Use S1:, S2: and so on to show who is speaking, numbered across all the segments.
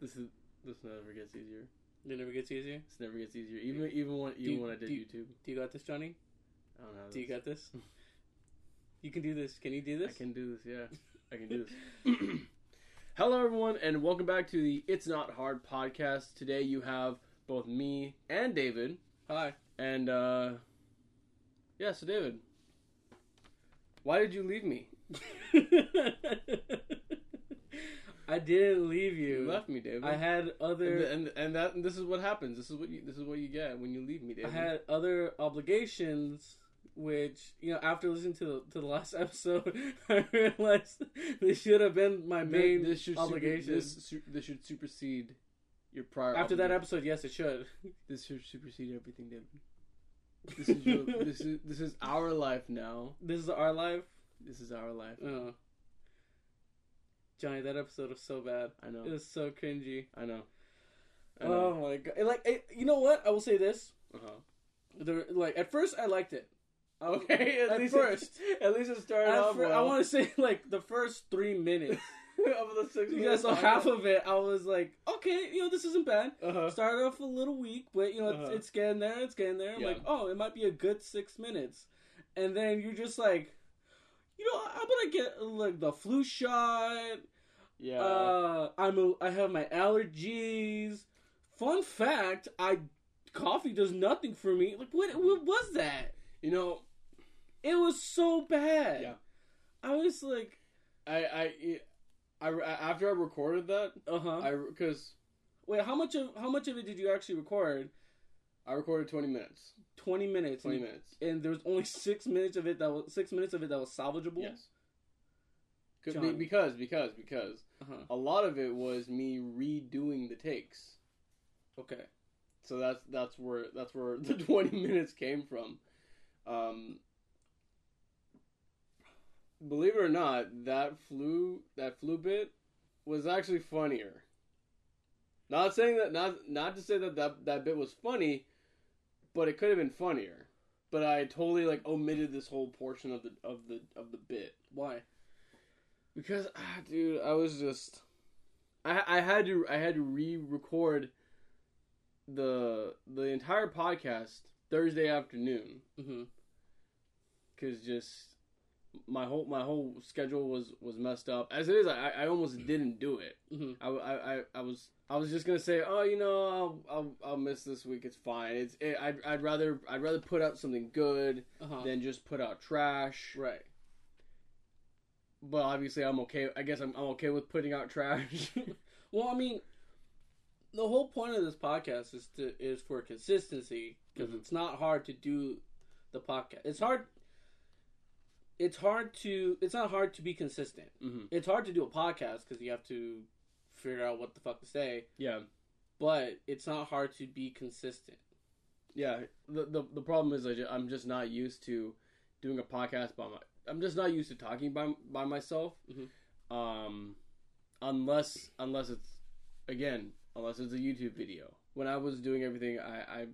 S1: This is this never gets easier.
S2: It never gets easier.
S1: This never gets easier. Even even when even
S2: you-
S1: when I did
S2: do you-
S1: YouTube,
S2: Do you got this, Johnny?
S1: I don't know.
S2: Do you got this? you can do this. Can you do
S1: I
S2: this?
S1: can do this. Yeah, I can do this. Hello, everyone, and welcome back to the It's Not Hard podcast. Today you have both me and David,
S2: Hi.
S1: and uh yeah. So David, why did you leave me?
S2: I didn't leave you.
S1: You left me, David.
S2: I had
S1: and,
S2: other.
S1: and and that and this is what happens. This is what you, this is what you get when you leave me,
S2: I
S1: David.
S2: had other obligations. Which you know, after listening to the, to the last episode, I realized this should have been my main
S1: this should
S2: obligation.
S1: Super, this, su- this should supersede your prior.
S2: after that
S1: obligation.
S2: episode, yes, it should.
S1: this should supersede everything, David. This is your, this is this is our life now.
S2: This is our live.
S1: This is our life.
S2: Oh. Johnny, that episode was so bad.
S1: I
S2: It
S1: know.
S2: was so cringy.
S1: I know. I
S2: Oh
S1: know.
S2: my god! It, Like, it, you know what? I will say this.
S1: uh-huh.
S2: There, like, at first, I liked it. I-
S1: Okay. At,
S2: at
S1: least
S2: first,
S1: it, at least it started
S2: at
S1: off
S2: fir- I
S1: well.
S2: want to say like the first three minutes.
S1: Of the six.
S2: yeah, so half of it, I was like, okay, you know, this isn't bad.
S1: Uh-huh.
S2: Started off a little weak, but you know, it's,
S1: Uh-huh.
S2: it's getting there, it's getting there. I'm
S1: Yeah.
S2: like, oh, it might be a good six minutes, and then you're just like, you know, I'm gonna get like the flu shot.
S1: Yeah.
S2: Uh, I'm a, I have my allergies. Fun fact, I coffee does nothing for me. Like what what was that?
S1: you know,
S2: It was so bad.
S1: Yeah.
S2: I was like,
S1: I I. I, I- after I recorded that,
S2: uh-huh.
S1: I because
S2: Wait, how much of how much of it did you actually record?
S1: I recorded twenty minutes,
S2: 20 minutes.
S1: twenty
S2: and-
S1: minutes.
S2: And there was only 6 minutes of it that was 6 minutes of it that was salvageable.
S1: Yes. Could be-
S2: John.
S1: because because because
S2: Uh-huh.
S1: a lot of it was me redoing the takes.
S2: Okay.
S1: So that's that's where that's where the 20 minutes came from. Um Believe it or not, that flu that flu bit was actually funnier. Not saying that not not to say that that, that bit was funny, but it could have been funnier. But I totally like omitted this whole portion of the of the of the bit.
S2: Why?
S1: Because, ah, dude, I was just, I I had to I had to re-record the the entire podcast Thursday afternoon
S2: Mhm.
S1: because just my whole my whole schedule was was messed up. As it is, I I almost didn't do it.
S2: Mhm.
S1: I, I, I, I was I was just gonna say, oh, you know, I'll I'll, I'll miss this week. It's fine. It's it, I'd I'd rather I'd rather put out something good
S2: Uh-huh.
S1: than just put out trash.
S2: right.
S1: But obviously, I'm okay. I guess I'm I'm okay with putting out trash.
S2: Well, I mean, the whole point of this podcast is to is for consistency because
S1: Mhm.
S2: it's not hard to do the podcast. It's hard. It's hard to. It's not hard to be consistent.
S1: hmm
S2: It's hard to do a podcast because you have to figure out what the fuck to say.
S1: Yeah,
S2: But it's not hard to be consistent.
S1: yeah. The, the the problem is I ju- I'm just not used to doing a podcast by my. I'm just not used to talking by by myself.
S2: Mhm.
S1: Um, unless unless it's again unless it's a YouTube video. When I was doing everything, I I,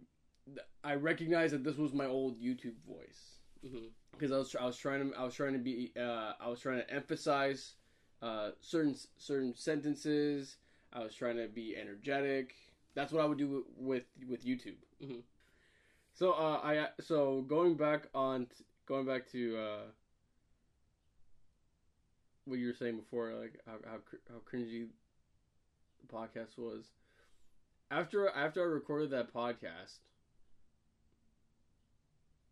S1: I recognized that this was my old YouTube voice
S2: hmm
S1: because I was tr- I was trying to I was trying to be uh, I was trying to emphasize uh, certain certain sentences. I was trying to be energetic. That's what I would do with with YouTube.
S2: Mhm.
S1: So uh, I so going back on t- going back to uh, what you were saying before, like how how, cr- how cringy the podcast was. After after I recorded that podcast,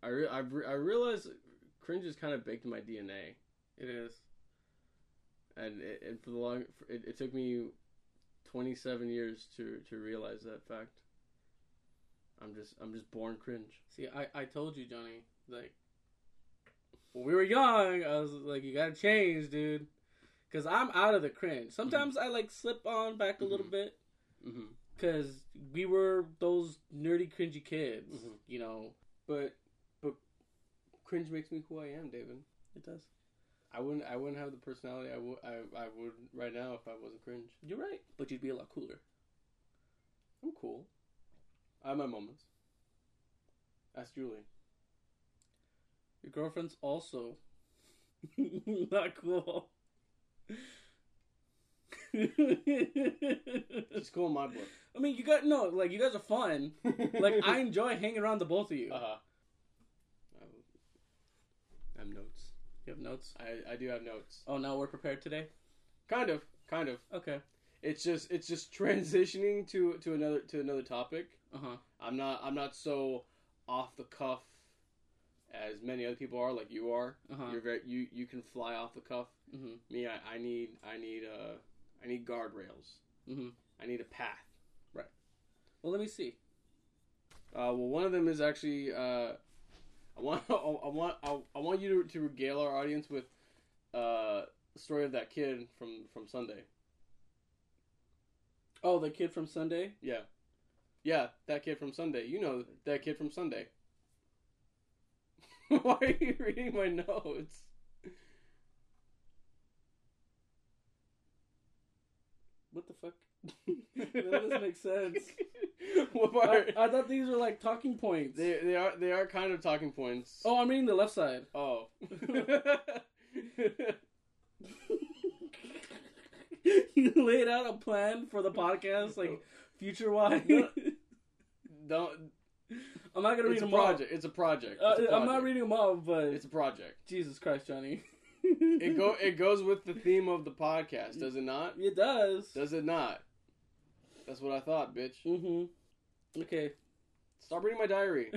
S1: I re- I, re- I realized cringe is kind of baked in my DNA,
S2: It is.
S1: and it, and for the long it, it took me twenty seven years to to realize that fact. I'm just I'm just born cringe.
S2: See, I I told you, Johnny. Like when we were young, I was like, you gotta change, dude. Cause I'm out of the cringe. Sometimes I like slip on back a little
S1: Mhm.
S2: bit.
S1: hmm
S2: because we were those nerdy, cringy kids.
S1: Mhm.
S2: You know,
S1: But but cringe makes me who I am, David.
S2: it does.
S1: I wouldn't I wouldn't have the personality I would I, I would right now if I wasn't cringe.
S2: You're right, but you'd be a lot cooler.
S1: I'm cool. I have my moments. Ask Julie.
S2: Your girlfriend's also not cool. I
S1: It's cool in my book.
S2: mean, you got no like you guys are fun. Like I enjoy hanging around the both of you.
S1: uh-huh. Um,
S2: I have notes. You have notes.
S1: I I do have notes.
S2: Oh, now we're prepared today.
S1: Kind of, kind of.
S2: Okay.
S1: It's just it's just transitioning to to another to another topic.
S2: Uh huh.
S1: I'm not I'm not so off the cuff as many other people are, like you are.
S2: Uh huh.
S1: You're very you you can fly off the cuff.
S2: Mhm.
S1: Me, I, I need I need uh I need guardrails.
S2: Mhm.
S1: I need a path.
S2: Well, let me see.
S1: Uh, well, one of them is actually uh, I want I want I, I want you to, to regale our audience with uh the story of that kid from from Sunday.
S2: Oh, the kid from Sunday.
S1: Yeah, yeah, that kid from Sunday. You know that kid from Sunday. Why are you reading my notes?
S2: What the fuck? that doesn't make sense.
S1: what
S2: I,
S1: part?
S2: I thought these were like talking points.
S1: They they are they are kind of talking points.
S2: Oh, I'm reading the left side.
S1: oh.
S2: you laid out a plan for the podcast, like future wise.
S1: No. Don't.
S2: I'm not gonna read
S1: It's a
S2: them all.
S1: project. It's a project.
S2: Uh,
S1: It's a
S2: I'm not
S1: project.
S2: reading them all, but
S1: It's a project.
S2: Jesus Christ, Johnny.
S1: It go it goes with the theme of the podcast, does it not?
S2: It does.
S1: Does it not? That's what I thought, bitch.
S2: Mm-hmm. Okay.
S1: Stop reading my diary.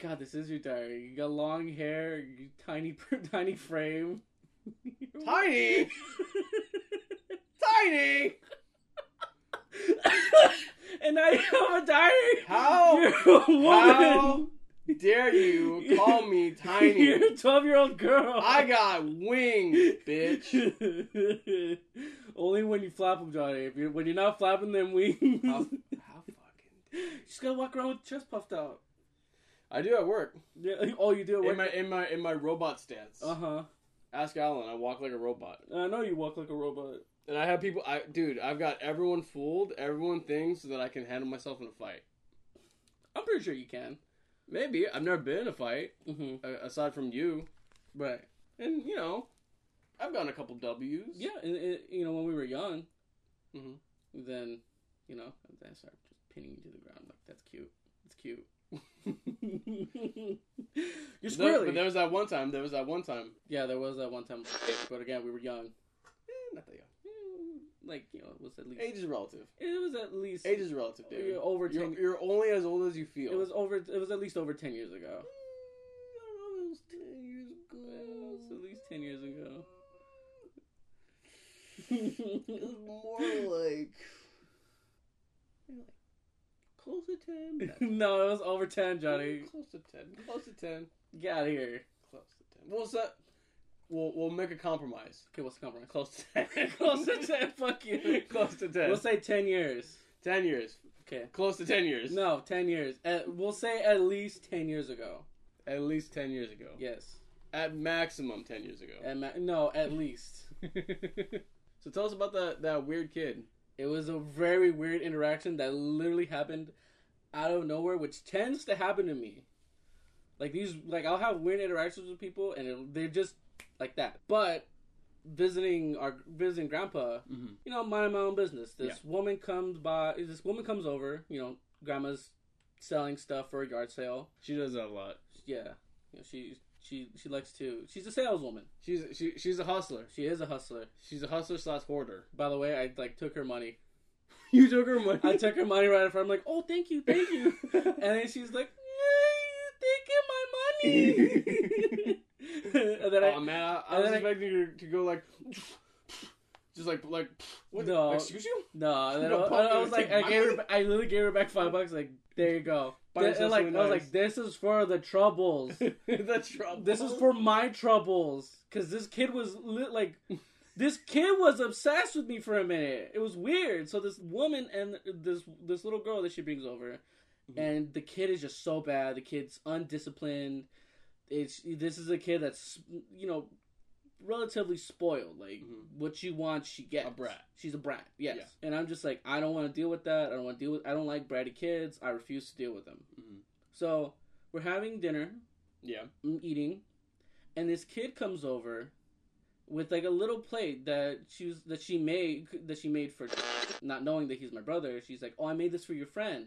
S2: God, this is your diary. You got long hair, you tiny, tiny frame.
S1: Tiny, tiny.
S2: and I have a diary.
S1: How-
S2: You're a woman.
S1: How dare you call me tiny?
S2: You're a twelve-year-old girl.
S1: I got wings, bitch.
S2: Only when you flap them, Johnny. If you're, when you're not flapping them wings,
S1: How, how fucking?
S2: you just gotta walk around with your chest puffed out.
S1: I do at work.
S2: Yeah. Oh, you do.
S1: In my in my in my robot stance.
S2: Uh huh.
S1: Ask Alan. I walk like a robot,
S2: I know you walk like a robot.
S1: and I have people. I dude, I've got everyone fooled. Everyone thinks that I can handle myself in a fight.
S2: I'm pretty sure you can.
S1: Maybe I've never been in a fight
S2: Mm-hmm.
S1: a- aside from you.
S2: Right.
S1: And you know, I've gotten a couple W's.
S2: Yeah, and it, you know when we were young, mm-hmm,
S1: Mhm.
S2: then you know then I started just pinning you to the ground. Like that's cute. It's cute.
S1: There-
S2: You're squirrely.
S1: but there was that one time. There was that one time.
S2: yeah, there was that one time, but again we were young.
S1: Eh, not that young.
S2: Mm, Like you know, it was at least
S1: Age is relative.
S2: it was at least
S1: Age is relative,
S2: uh,
S1: dude.
S2: over 10
S1: You're, you're only as old as you feel.
S2: It was over. It was at least over ten years ago.
S1: Mm, I don't know, it was ten years ago.
S2: Well, it's at least 10 years ago.
S1: Mm, It was more like. maybe like Close to ten. but not-
S2: no, it was over ten, Johnny.
S1: Close to ten. Close to ten.
S2: Get out of here.
S1: Close to ten. We'll set. We'll we'll make a compromise.
S2: Okay, what's the compromise?
S1: Close to ten.
S2: Close to ten. Fuck you.
S1: Close to 10
S2: We'll say ten years.
S1: ten years.
S2: Okay.
S1: Close to ten years.
S2: No, ten years. At, we'll say at least ten years ago.
S1: At least ten years ago.
S2: Yes.
S1: At maximum ten years ago.
S2: At ma- no, at least.
S1: so tell us about that that weird kid.
S2: It was a very weird interaction that literally happened out of nowhere, which tends to happen to me. Like these, like I'll have weird interactions with people, and it, they're just like that. But visiting our visiting grandpa,
S1: Mm-hmm.
S2: you know, minding my own business. This woman comes by. This woman comes over. You know, grandma's selling stuff for a yard sale.
S1: She does that a lot.
S2: Yeah, you know, she she she likes to. She's a saleswoman.
S1: She's she, she's a hustler.
S2: She is a hustler.
S1: She's a hustler slash hoarder.
S2: By the way, I like took her money.
S1: You took her money.
S2: I took her money right in front. I'm like, oh, thank you, thank you. And then she's like, yeah, you taking my money. and then I,
S1: oh man, I, I
S2: and
S1: was
S2: then I-
S1: expecting her to go like, just like like. What?
S2: No.
S1: Excuse you?
S2: no, and then I,
S1: You're a
S2: I,
S1: punk,
S2: was
S1: you
S2: like,
S1: take
S2: I gave her,
S1: money?
S2: ba- I literally gave her back five bucks. Like, there you go.
S1: Buy
S2: Th-
S1: yourself
S2: and like, I
S1: something
S2: was
S1: nice.
S2: like, this is for the troubles.
S1: the trouble.
S2: this is for my troubles. Cause this kid was lit like. This kid was obsessed with me for a minute. It was weird. So this woman and this this little girl that she brings over,
S1: Mhm.
S2: and the kid is just so bad. The kid's undisciplined. It's this is a kid that's you know relatively spoiled. Like
S1: Mhm.
S2: what she wants, she gets.
S1: A brat.
S2: She's a brat. Yes.
S1: Yeah.
S2: And I'm just like, I don't want to deal with that. I don't want to deal with. I don't like bratty kids. I refuse to deal with them.
S1: Mhm.
S2: So we're having dinner.
S1: Yeah.
S2: I'm eating, and this kid comes over, with like a little plate that she was, that she made that she made for not knowing that he's my brother. She's like, "Oh, I made this for your friend,"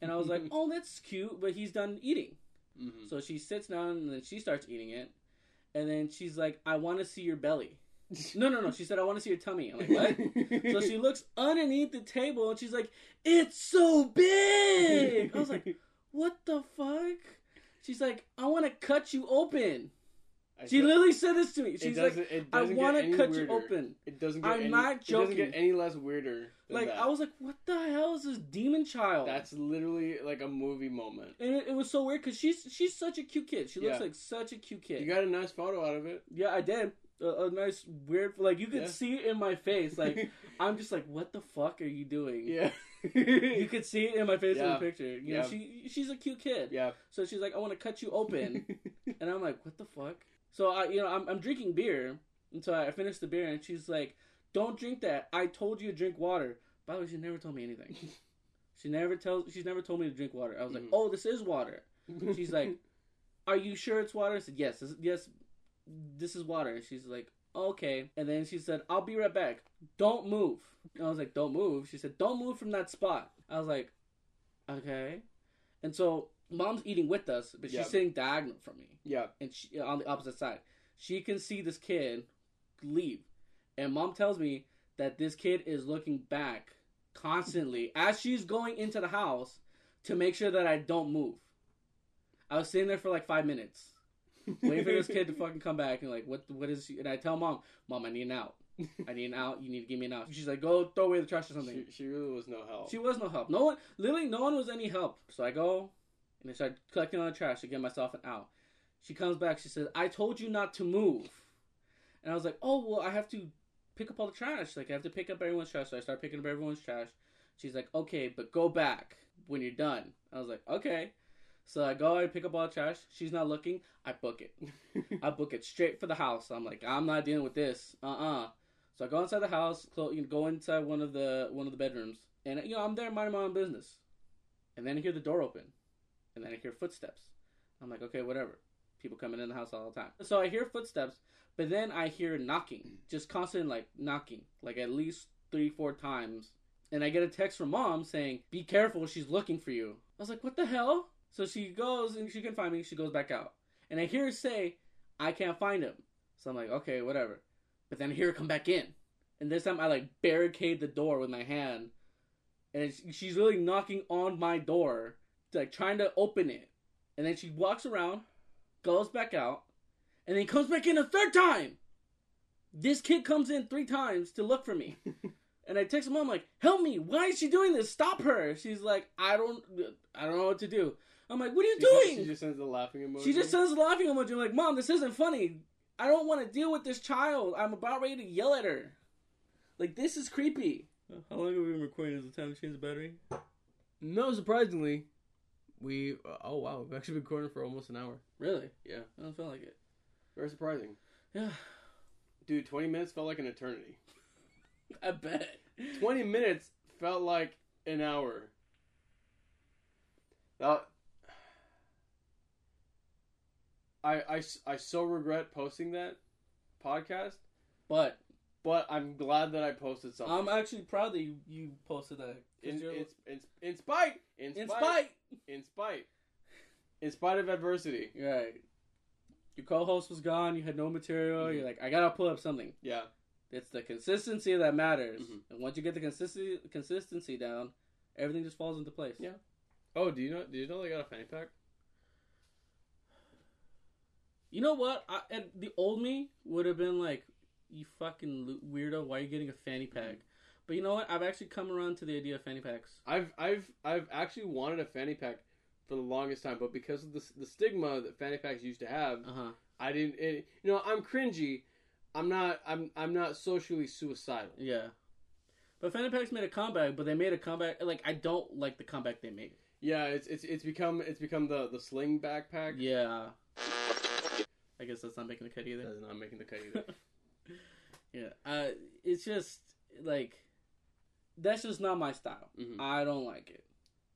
S2: and I was like, "Oh, that's cute," but he's done eating.
S1: Mm-hmm.
S2: So she sits down and then she starts eating it, and then she's like, "I want to see your belly." No, no, no. She said, "I want to see your tummy." I'm like, "What?" so she looks underneath the table and she's like, "It's so big." I was like, "What the fuck?" She's like, "I want to cut you open."
S1: I
S2: She
S1: said-
S2: literally said this to me.
S1: it
S2: She's like,
S1: doesn't- it
S2: "I
S1: doesn't get
S2: want
S1: any
S2: to cut you
S1: weirder.
S2: open."
S1: It doesn't get
S2: I'm
S1: any,
S2: not
S1: It doesn't
S2: joking.
S1: get any less weirder. than
S2: Like
S1: that.
S2: I was like, "What the hell is this demon child?"
S1: That's literally like a movie moment.
S2: and it, it was so weird because she's she's such a cute kid. She looks
S1: Yeah.
S2: like such a cute kid.
S1: You got a nice photo out of it.
S2: yeah, I did a, a nice weird like you could
S1: Yeah.
S2: see it in my face. Like I'm just like, "What the fuck are you doing?"
S1: yeah.
S2: You could see it in my face in
S1: Yeah.
S2: the picture. You
S1: Yeah.
S2: know, she she's a cute kid.
S1: yeah.
S2: So she's like, "I want to cut you open," and I'm like, "What the fuck?" So I, you know, I'm I'm drinking beer, and so I finish the beer, and she's like, "Don't drink that. I told you to drink water." By the way, she never told me anything. She never tells. She's never told me to drink water. I was like,
S1: Mhm.
S2: "Oh, this is water." She's like, "Are you sure it's water?" I said, "Yes, this, yes, this is water." And she's like, "Okay." And then she said, "I'll be right back. Don't move." And I was like, "Don't move." She said, "Don't move from that spot." I was like, "Okay." And so mom's eating with us, but she's
S1: Yeah.
S2: sitting diagonal from me,
S1: yeah.
S2: and she on the opposite side. She can see this kid leave, and mom tells me that this kid is looking back constantly as she's going into the house to make sure that I don't move. I was sitting there for like five minutes waiting for this kid to fucking come back and like what what is she? and I tell mom, mom, I need an out. I need an out. You need to give me an out. She's like, go throw away the trash or something.
S1: She, she really was no help.
S2: She was no help. No one, literally, no one was any help. So I go and I start collecting all the trash to get myself an out. She comes back. She says, "I told you not to move," and I was like, "Oh well, I have to pick up all the trash. Like I have to pick up everyone's trash." So I start picking up everyone's trash. She's like, "Okay, but go back when you're done." I was like, "Okay." So I go. I pick up all the trash. She's not looking. I book it. I book it straight for the house. I'm like, I'm not dealing with this. Uh uh So I go inside the house, clo- you know, go inside one of the one of the bedrooms, and you know I'm there minding my own business, and then I hear the door open, and then I hear footsteps. I'm like, okay, whatever. People coming in the house all the time. So I hear footsteps, but then I hear knocking, just constant like knocking, like at least three four times, and I get a text from mom saying, "Be careful, she's looking for you." I was like, what the hell? So she goes and she can find me. She goes back out, and I hear her say, I can't find him. So I'm like, okay, whatever. But then I hear her come back in. And this time I like barricade the door with my hand. And it's- she's really knocking on my door, like trying to open it. And then she walks around, goes back out, and then comes back in a third time. This kid comes in three times to look for me. And I text mom like, "Help me! Why is she doing this? Stop her!" She's like, "I don't, I don't know what to do." I'm like, "What are you
S1: She
S2: doing?"
S1: just- She just sends the laughing emoji.
S2: She just says laughing emoji. I'm like, Mom, this isn't funny. I don't want to deal with this child. I'm about ready to yell at her. Like, this is creepy. How long have we been recording? Is the time to change the battery?
S1: No, surprisingly, we. Uh, oh wow, we've actually been recording for almost an hour.
S2: Really?
S1: Yeah,
S2: I don't feel like it.
S1: very surprising,
S2: Yeah,
S1: dude. Twenty minutes felt like an eternity.
S2: I bet.
S1: Twenty minutes felt like an hour. That. I, I, s- I so regret posting that podcast,
S2: But
S1: but I'm glad that I posted something.
S2: I'm actually proud that you, you posted that. 'Cause
S1: in,
S2: you're-
S1: in, in, in spite, in spite,
S2: in spite.
S1: in spite, in spite of adversity.
S2: You're right. Your co-host was gone. You had no material.
S1: Mhm.
S2: You're like, I gotta pull up something.
S1: Yeah,
S2: It's the consistency that matters.
S1: Mhm.
S2: And once you get the consistency consistency down, everything just falls into place.
S1: Yeah. Oh, do you know? Do you know they got a fanny pack?
S2: You know what? I, and the old me would have been like, "You fucking lo- weirdo! Why are you getting a fanny pack?" But you know what? I've actually come around to the idea of fanny packs.
S1: I've I've I've actually wanted a fanny pack for the longest time, but because of the the stigma that fanny packs used to have,
S2: Uh huh.
S1: I didn't. It, you know, I'm cringy. I'm not. I'm I'm not socially suicidal.
S2: Yeah. But fanny packs made a comeback, but they made a comeback. Like I don't like the comeback they made.
S1: Yeah, it's it's it's become it's become the the sling backpack.
S2: Yeah. I guess that's not making the cut either.
S1: That's not making the cut either.
S2: Yeah. Uh, it's just like that's just not my style.
S1: Mhm.
S2: I don't like it.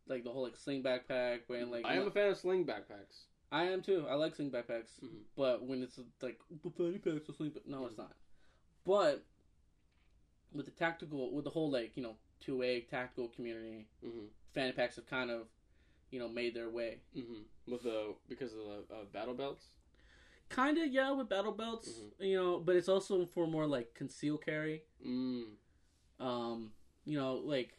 S2: Like the whole like sling backpack wearing like
S1: I am a fan of sling backpacks.
S2: I am too. I like sling backpacks,
S1: Mhm.
S2: but when it's like "But fanny packs are sling, back-" no, it's not. But with the tactical, with the whole like you know two way tactical community,
S1: Mm-hmm.
S2: fanny packs have kind of you know made their way.
S1: Mm-hmm. With the because of the uh, battle belts.
S2: Kind of yeah, with battle belts,
S1: Mhm.
S2: you know, but it's also for more like conceal carry.
S1: Mm.
S2: Um, you know, like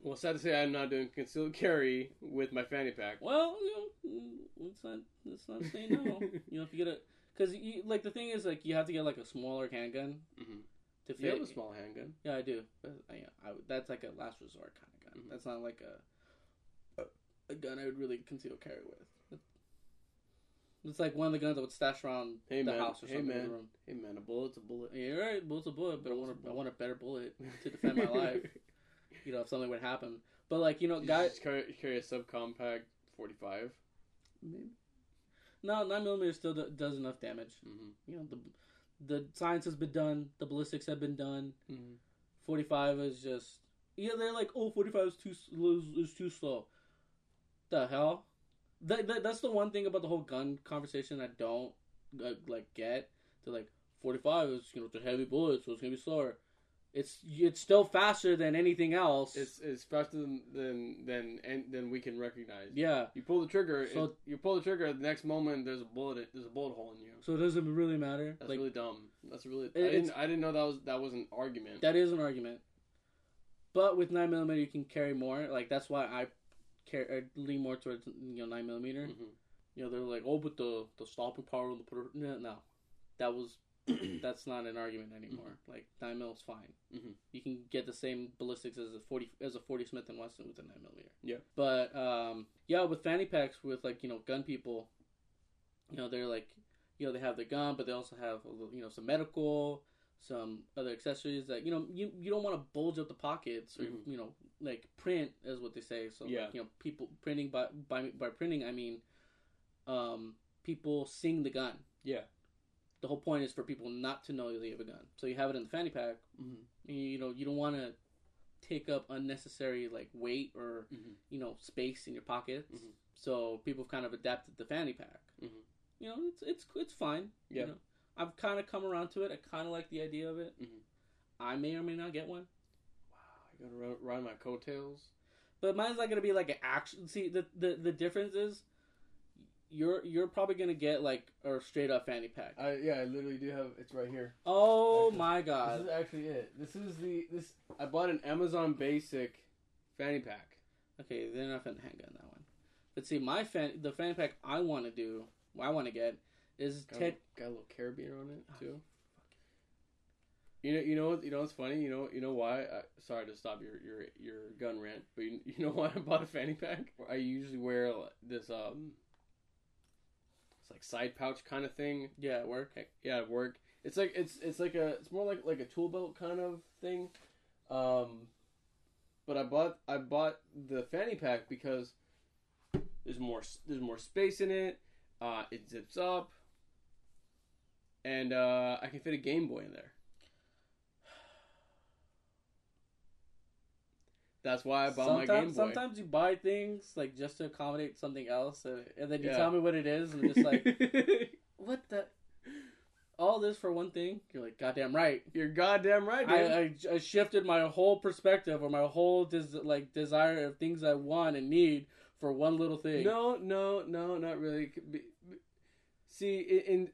S1: Well, sad to say, I'm not doing concealed carry with my fanny pack.
S2: Well, you know, mm, let's not let's not say no. Mm-hmm. you know, if you get a because you like the thing is like you have to get like a smaller handgun
S1: Mhm.
S2: to fit.
S1: You have a small handgun.
S2: Yeah, I do. But, uh, yeah, I, would- that's like a last resort kind of gun.
S1: Mhm.
S2: That's not like a a gun I would really conceal carry with. It's like one of the guns I would stash around
S1: Hey,
S2: the
S1: man.
S2: house or
S1: Hey,
S2: something. in the
S1: man.
S2: room.
S1: Hey man, a bullet's a bullet.
S2: Yeah, you're right. Bullet's a bullet, but I want
S1: Bullet's a
S2: a, I
S1: bullet.
S2: want a better bullet to defend my life. You know, if something would happen. But like you know,
S1: You
S2: guys,
S1: just carry, carry a subcompact 45.
S2: Maybe. No, nine millimeter still do- does enough damage.
S1: Mm-hmm.
S2: You know the the science has been done, the ballistics have been done.
S1: Mm-hmm.
S2: Forty five is just yeah. They're like, oh, 45 is too s- is, is too slow. The hell, that, that that's the one thing about the whole gun conversation I don't uh, like get. They're like, forty five is you know it's a heavy bullet, so it's gonna be slower. It's it's still faster than anything else.
S1: It's it's faster than than than, and, than we can recognize.
S2: yeah.
S1: You pull the trigger.
S2: So-
S1: it- you pull the trigger. The next moment, there's a bullet. There's a bullet hole in you.
S2: So it doesn't really matter.
S1: That's
S2: like
S1: really dumb. That's really. I
S2: it's-
S1: didn't. I didn't know that was that was an argument.
S2: That is an argument. But with nine mm you can carry more. Like that's why I care I lean more towards you know nine mm
S1: Mhm.
S2: You know they're like oh but the the stopping power of the per-. no no that was that's not an argument anymore. Like nine mil is fine.
S1: Mhm.
S2: You can get the same ballistics as a forty as a forty Smith and Wesson with a nine mm
S1: Yeah.
S2: But um yeah with fanny packs with like you know gun people, you know they're like you know they have the gun but they also have a little- you know some medical some other accessories that you know you, you don't want to bulge up the pockets or
S1: Mhm.
S2: you know like print is what they say so
S1: Yeah.
S2: like, you know people printing by by by printing I mean um people seeing the gun
S1: Yeah.
S2: the whole point is for people not to know they have a gun so you have it in the fanny pack
S1: Mm-hmm.
S2: you, you know you don't want to take up unnecessary like weight or
S1: Mm-hmm.
S2: you know space in your pockets
S1: Mhm.
S2: so people have kind of adapted the fanny pack
S1: Mhm.
S2: you know it's it's it's fine
S1: Yeah.
S2: you know i've kind of come around to it i kind of like the idea of it
S1: Mhm.
S2: i may or may not get one
S1: Wow. You gotta ride, ride my coattails.
S2: but mine's not gonna be like an action see the, the the difference is you're you're probably gonna get like a straight up fanny pack
S1: I yeah. I literally do have. It's right here.
S2: oh
S1: Actually,
S2: my
S1: This
S2: god
S1: is actually it. This is the this. I bought an Amazon Basic fanny pack.
S2: okay they're not gonna handgun that one but see my fan the fanny pack i want to do i want to get is
S1: Got, a-
S2: ted
S1: got a little carabiner on it too.
S2: Oh,
S1: You know, you know, what- you know. It's funny. You know, you know why. I, sorry to stop your your your gun rant, but you, you know why I bought a fanny pack. I usually wear like, this um, it's like side pouch kind of thing.
S2: yeah at work
S1: Heck, yeah, at work. It's like it's it's like a it's more like like a tool belt kind of thing. Um, but I bought I bought the fanny pack because there's more s- there's more space in it. Uh, it zips up, and uh, I can fit a Game Boy in there. That's why I bought
S2: sometimes,
S1: my Game Boy.
S2: sometimes you buy things like just to accommodate something else and, and then you
S1: Yeah.
S2: tell me what it is and I'm just like what the all this for one thing you're like goddamn right
S1: you're goddamn right, dude.
S2: I, I, I shifted my whole perspective or my whole des- like desire of things I want and need for one little thing.
S1: No, no, no, not really. It could be- be- See, in, in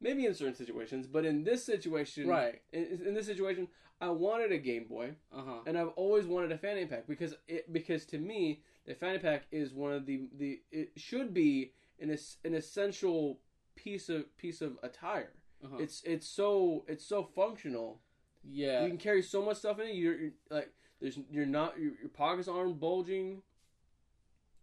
S1: maybe in certain situations, but in this situation,
S2: right?
S1: In, in this situation, I wanted a Game Boy,
S2: Uh huh.
S1: and I've always wanted a fanny pack because it because to me, the fanny pack is one of the the it should be an es- an essential piece of piece of attire.
S2: uh-huh.
S1: It's it's so it's so functional.
S2: yeah.
S1: You can carry so much stuff in it. You're, you're like there's you're not your, your pockets aren't bulging.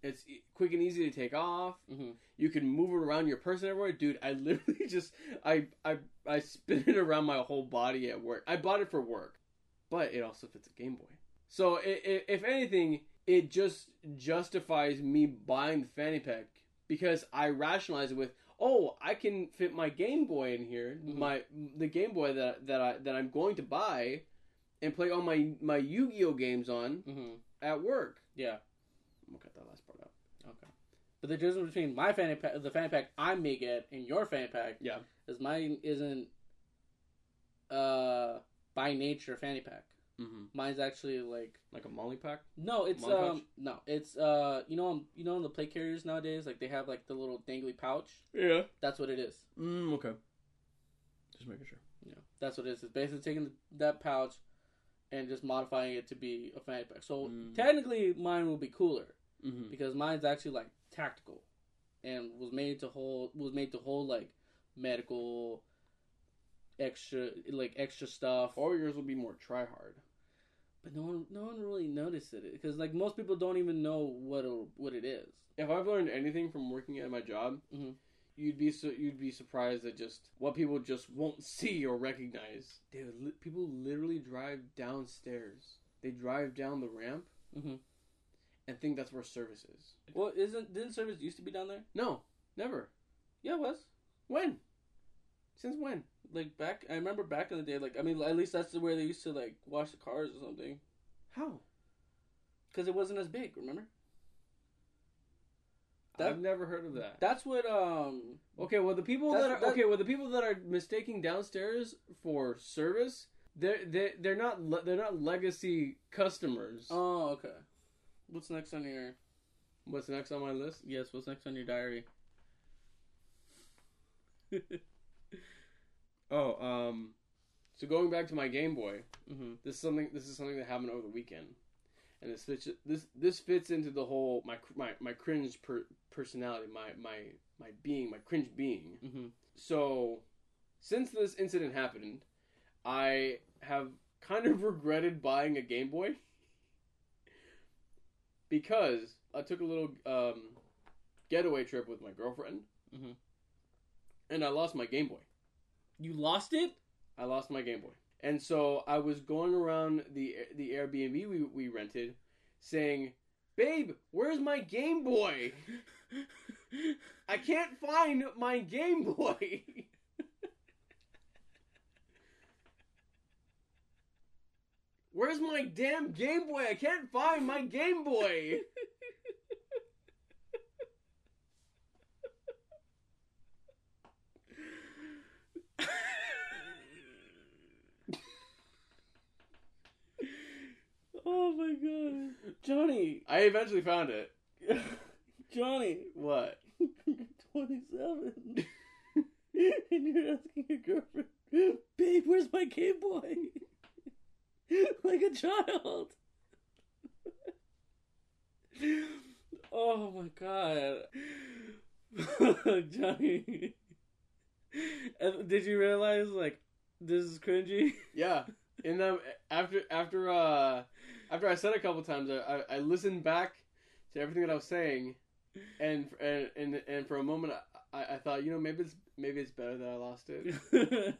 S1: It's e- quick and easy to take off.
S2: Mhm.
S1: You can move it around your person everywhere, dude. I literally just I I I spin it around my whole body at work. I bought it for work, but it also fits a Game Boy. So i i if anything, it just justifies me buying the fanny pack because I rationalize it with, oh, I can fit my Game Boy in here,
S2: Mhm.
S1: my the Game Boy that that I that I'm going to buy, and play all my my Yu-Gi-Oh games on
S2: Mhm.
S1: at work.
S2: Yeah.
S1: I'm gonna cut that last part out.
S2: Okay. But the difference between my fanny pack, the fanny pack I may get, and your fanny pack
S1: Yeah.
S2: is mine isn't uh by nature fanny pack.
S1: Mm-hmm.
S2: Mine's actually like
S1: Like a molly pack.
S2: no, it's
S1: Mod
S2: um
S1: pouch?
S2: no, it's uh you know um, you know in the play carriers nowadays like they have like the little dangly pouch.
S1: Yeah.
S2: That's what it is.
S1: Mm, okay. Just making sure.
S2: Yeah, that's what it is. It's basically taking that pouch and just modifying it to be a fanny pack. So
S1: Mm.
S2: technically, mine will be cooler
S1: Mm-hmm.
S2: because mine's actually like tactical and was made to hold was made to hold like medical extra like extra stuff.
S1: Or yours will be more try hard.
S2: but no one no one really noticed it because like most people don't even know what a, what it is.
S1: If I've learned anything from working at my job,
S2: Mhm.
S1: you'd be su- you'd be surprised at just what people just won't see or recognize. Dude, li- people literally drive downstairs. They drive down the ramp
S2: Mhm.
S1: and think that's where service is.
S2: Well, isn't didn't service used to be down there?
S1: No, never.
S2: Yeah, it was.
S1: When? Since when?
S2: Like back, I remember back in the day. Like, I mean, at least that's where they used to like wash the cars or something.
S1: How?
S2: because it wasn't as big. Remember?
S1: I've
S2: That,
S1: never heard of that.
S2: that's what. Um.
S1: Okay, well the people
S2: That's-
S1: that are
S2: that-
S1: okay, well the people that are mistaking downstairs for service, they're they they're not le- they're not legacy customers.
S2: Oh, okay. What's next on your?
S1: What's next on my list?
S2: Yes. What's next on your diary?
S1: Oh, um, so going back to my Game Boy,
S2: Mm-hmm.
S1: this is something this is something that happened over the weekend, and this fits this this fits into the whole my cr- my my cringe per, personality, my my my being, my cringe being.
S2: Mm-hmm.
S1: So, since this incident happened, I have kind of regretted buying a Game Boy because I took a little um, getaway trip with my girlfriend,
S2: Mhm.
S1: and I lost my Game Boy.
S2: You lost it.
S1: I lost my Game Boy, and so I was going around the the Airbnb we, we rented, saying, "Babe, where's my Game Boy? I can't find my Game Boy." Where's my damn Game Boy? I can't find my Game Boy.
S2: oh my god, Johnny,
S1: I eventually found it.
S2: Johnny,
S1: What?
S2: you're 27, and you're asking your girlfriend, "Babe, where's my Game Boy?" like a child. oh my god, Johnny. And Did you realize like this is cringy?
S1: Yeah. And then after after uh after I said it a couple times, I, I, I listened back to everything that I was saying, and and and, and for a moment I, I- I thought, you know, maybe it's maybe it's better that I lost it.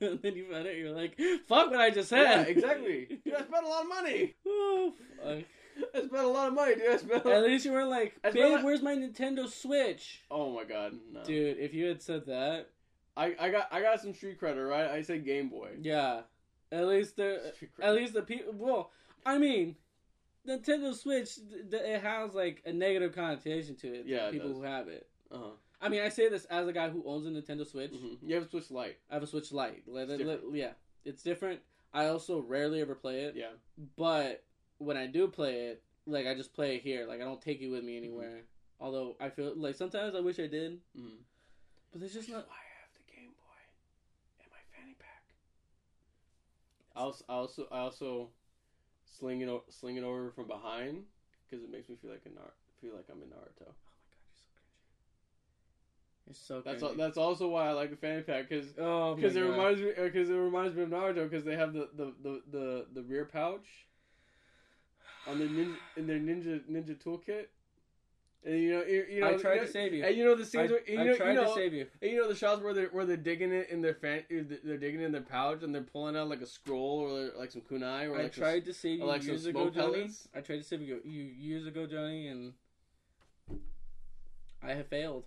S2: and then you found out you're like, fuck what I just said.
S1: Yeah, exactly. Dude, I spent a lot of money.
S2: oh, fuck.
S1: I spent a lot of money, dude. I spent.
S2: At least you were like,
S1: That's
S2: babe,
S1: what I-
S2: where's my Nintendo Switch?
S1: Oh my god, no.
S2: Dude, if you had said that,
S1: I, I got I got some street credit, right? I said Game Boy.
S2: yeah. At least the,
S1: Street credit.
S2: at least the people. Well, I mean, Nintendo Switch, th- th- it has like a negative connotation to it. to
S1: Yeah, it
S2: people
S1: does.
S2: who have it.
S1: Uh-huh.
S2: I mean, I say this as a guy who owns a Nintendo Switch.
S1: Mhm. You have a Switch Lite.
S2: I have a Switch Lite. Like,
S1: It's
S2: like, yeah, it's different. I also rarely ever play it.
S1: Yeah.
S2: but when I do play it, like I just play it here. Like I don't take it with me anywhere. Although I feel like sometimes I wish I did,
S1: Mm-hmm.
S2: but there's just not. oh
S1: why I have the Game Boy in my fanny pack. I also, I also, I also sling it, o- sling it over from behind because it makes me feel like a Nar- feel like I'm in Naruto.
S2: You're so.
S1: That's
S2: cringy.
S1: al- that's also why I like the fanny pack because
S2: Oh my
S1: because
S2: god.
S1: it reminds me because it reminds me of Naruto because they have the the, the, the, the rear pouch on their ninja in their ninja ninja toolkit. And you know, you, you know,
S2: I tried
S1: you know,
S2: to save you.
S1: and you know the
S2: I,
S1: scenes where you
S2: I
S1: know,
S2: tried
S1: you know,
S2: to save you.
S1: And you know the shots where they're where they're digging it in their fan, they're digging it in their pouch and they're pulling out like a scroll or like some kunai or
S2: I
S1: like
S2: tried to save you
S1: Alexa
S2: years ago,
S1: smoke
S2: Johnny.
S1: pellets?
S2: I tried to save you, you years ago, Johnny, and I have failed.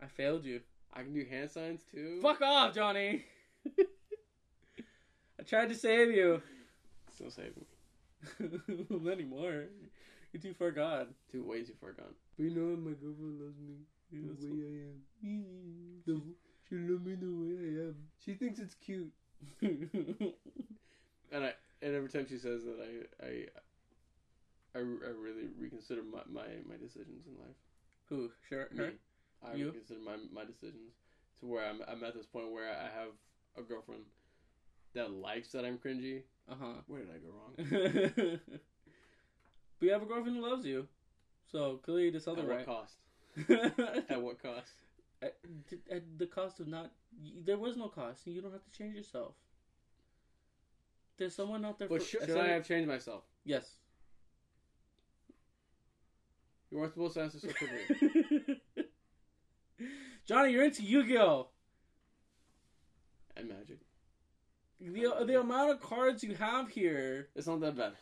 S2: I failed you.
S1: A, I can do hand signs too.
S2: Fuck off, Johnny. I tried to save you.
S1: still saving me.
S2: Not anymore. You're too far gone.
S1: Too way too far gone. But you know what? My girlfriend loves me the
S2: Yeah, that's
S1: way I am. The,
S2: what-
S1: she loves me the way I am. She thinks it's cute. And I and every time she says that, I I I, I really reconsider my, my, my decisions in life.
S2: Who? Sure.
S1: Me.
S2: Her?
S1: I
S2: You?
S1: reconsider my my decisions to where I'm I'm at this point where I have a girlfriend that likes that I'm cringy.
S2: Uh huh.
S1: Where did I go wrong?
S2: but you have a girlfriend who loves you, so clearly you did something
S1: At what
S2: right.
S1: cost?
S2: at,
S1: At what cost?
S2: at the cost of not, y- there was no cost, and you don't have to change yourself. There's someone out there.
S1: But
S2: for,
S1: should, should I
S2: someone-
S1: have changed myself?
S2: Yes.
S1: You weren't supposed to answer so quickly.
S2: Johnny, you're into Yu-Gi-Oh.
S1: and magic.
S2: The the amount of cards you have here,
S1: It's not that bad.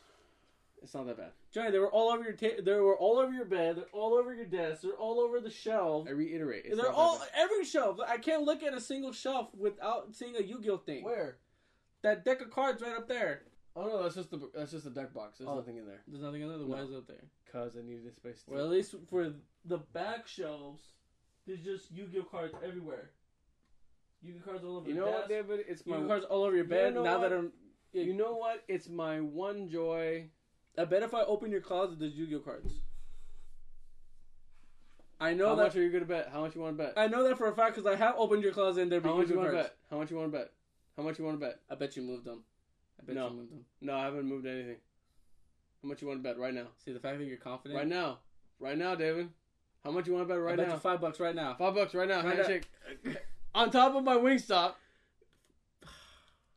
S1: It's not that bad.
S2: Johnny, they were all over your ta- they were all over your bed, they're all over your desk, they're all over the shelf.
S1: I reiterate. It's
S2: They're
S1: not
S2: all
S1: That
S2: every shelf. I can't look at a single shelf without seeing a Yu-Gi-Oh
S1: bad.
S2: thing.
S1: Where?
S2: That deck of cards right up there.
S1: Oh no, that's just the that's just the deck box. There's
S2: Oh.
S1: nothing in there.
S2: There's nothing otherwise up there.
S1: Cause I needed a space. To...
S2: Well, at least for the back shelves, there's just Yu-Gi-Oh cards everywhere. Yu-Gi-Oh cards all over
S1: you
S2: your
S1: know what,
S2: desk.
S1: David? It's my
S2: Yu-Gi-Oh cards all over your
S1: You
S2: bed.
S1: know
S2: now
S1: what?
S2: that I'm,
S1: You know what? It's my one joy.
S2: I bet if I open your closet, there's Yu-Gi-Oh cards. I know
S1: How
S2: that.
S1: much are you gonna bet? How much you want to bet?
S2: I know that for a fact because I have opened your closet and there be
S1: How much you
S2: Yu-Gi-Oh
S1: want to
S2: cards.
S1: bet? How much you want to bet? How much you want to bet?
S2: I bet you moved them. I bet
S1: No.
S2: you moved them.
S1: No, I haven't moved anything. How much you want to bet right now?
S2: See the fact that you're confident.
S1: Right now, right now, David. How much you want to bet
S2: I
S1: right
S2: bet
S1: now?
S2: you five bucks right now.
S1: Five bucks right now.
S2: Right now.
S1: handshake. On top of my wing stop.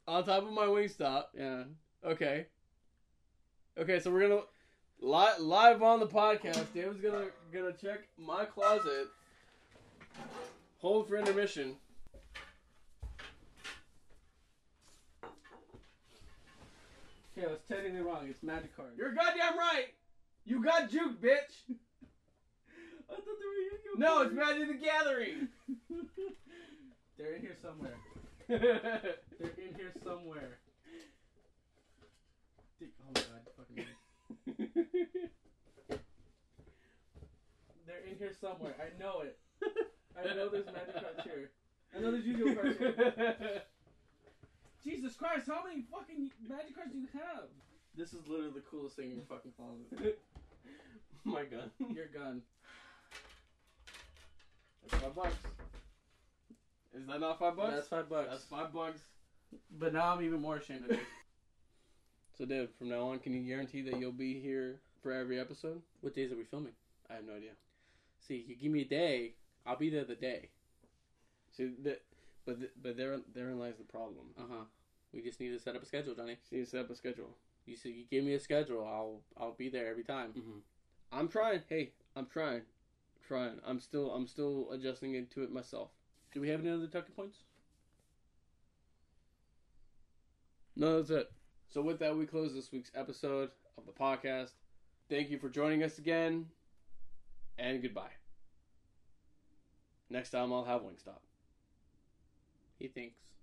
S1: On top of my wing stop.
S2: Yeah.
S1: Okay. Okay, so we're gonna li- live on the podcast. David's gonna gonna check my closet. Hold for intermission.
S2: Okay, that's technically wrong. It's magic cards.
S1: You're goddamn right. You got juked, bitch.
S2: I thought they were Yu-Gi-Oh.
S1: No, it's Magic the Gathering.
S2: They're in here somewhere. They're in here somewhere. Dude, oh my god, fucking. They're in here somewhere. I know it. I know there's magic cards here. I know there's Yu-Gi-Oh cards here. Jesus Christ, how many fucking magic cards do you have? This is literally the coolest thing in your fucking closet.
S1: Oh my gun.
S2: Your gun.
S1: That's five bucks. Is that not five bucks?
S2: That's five bucks.
S1: That's five bucks.
S2: But now I'm even more ashamed of it.
S1: So, Dave, from now on, can you guarantee that you'll be here for every episode?
S2: what days are we filming?
S1: I have no idea.
S2: See, you give me a day, I'll be there the day.
S1: See, that, but th- but there therein lies the problem.
S2: Uh huh. We just need to set up a schedule, Johnny.
S1: See, set up a schedule.
S2: You said you give me a schedule, I'll I'll be there every time.
S1: Mm-hmm. I'm trying. Hey, I'm trying, trying. I'm still I'm still adjusting it to it myself.
S2: Do we have any other talking points?
S1: No, that's it. So with that, we close this week's episode of the podcast. Thank you for joining us again, and goodbye. Next time, I'll have Wingstop.
S2: He thinks.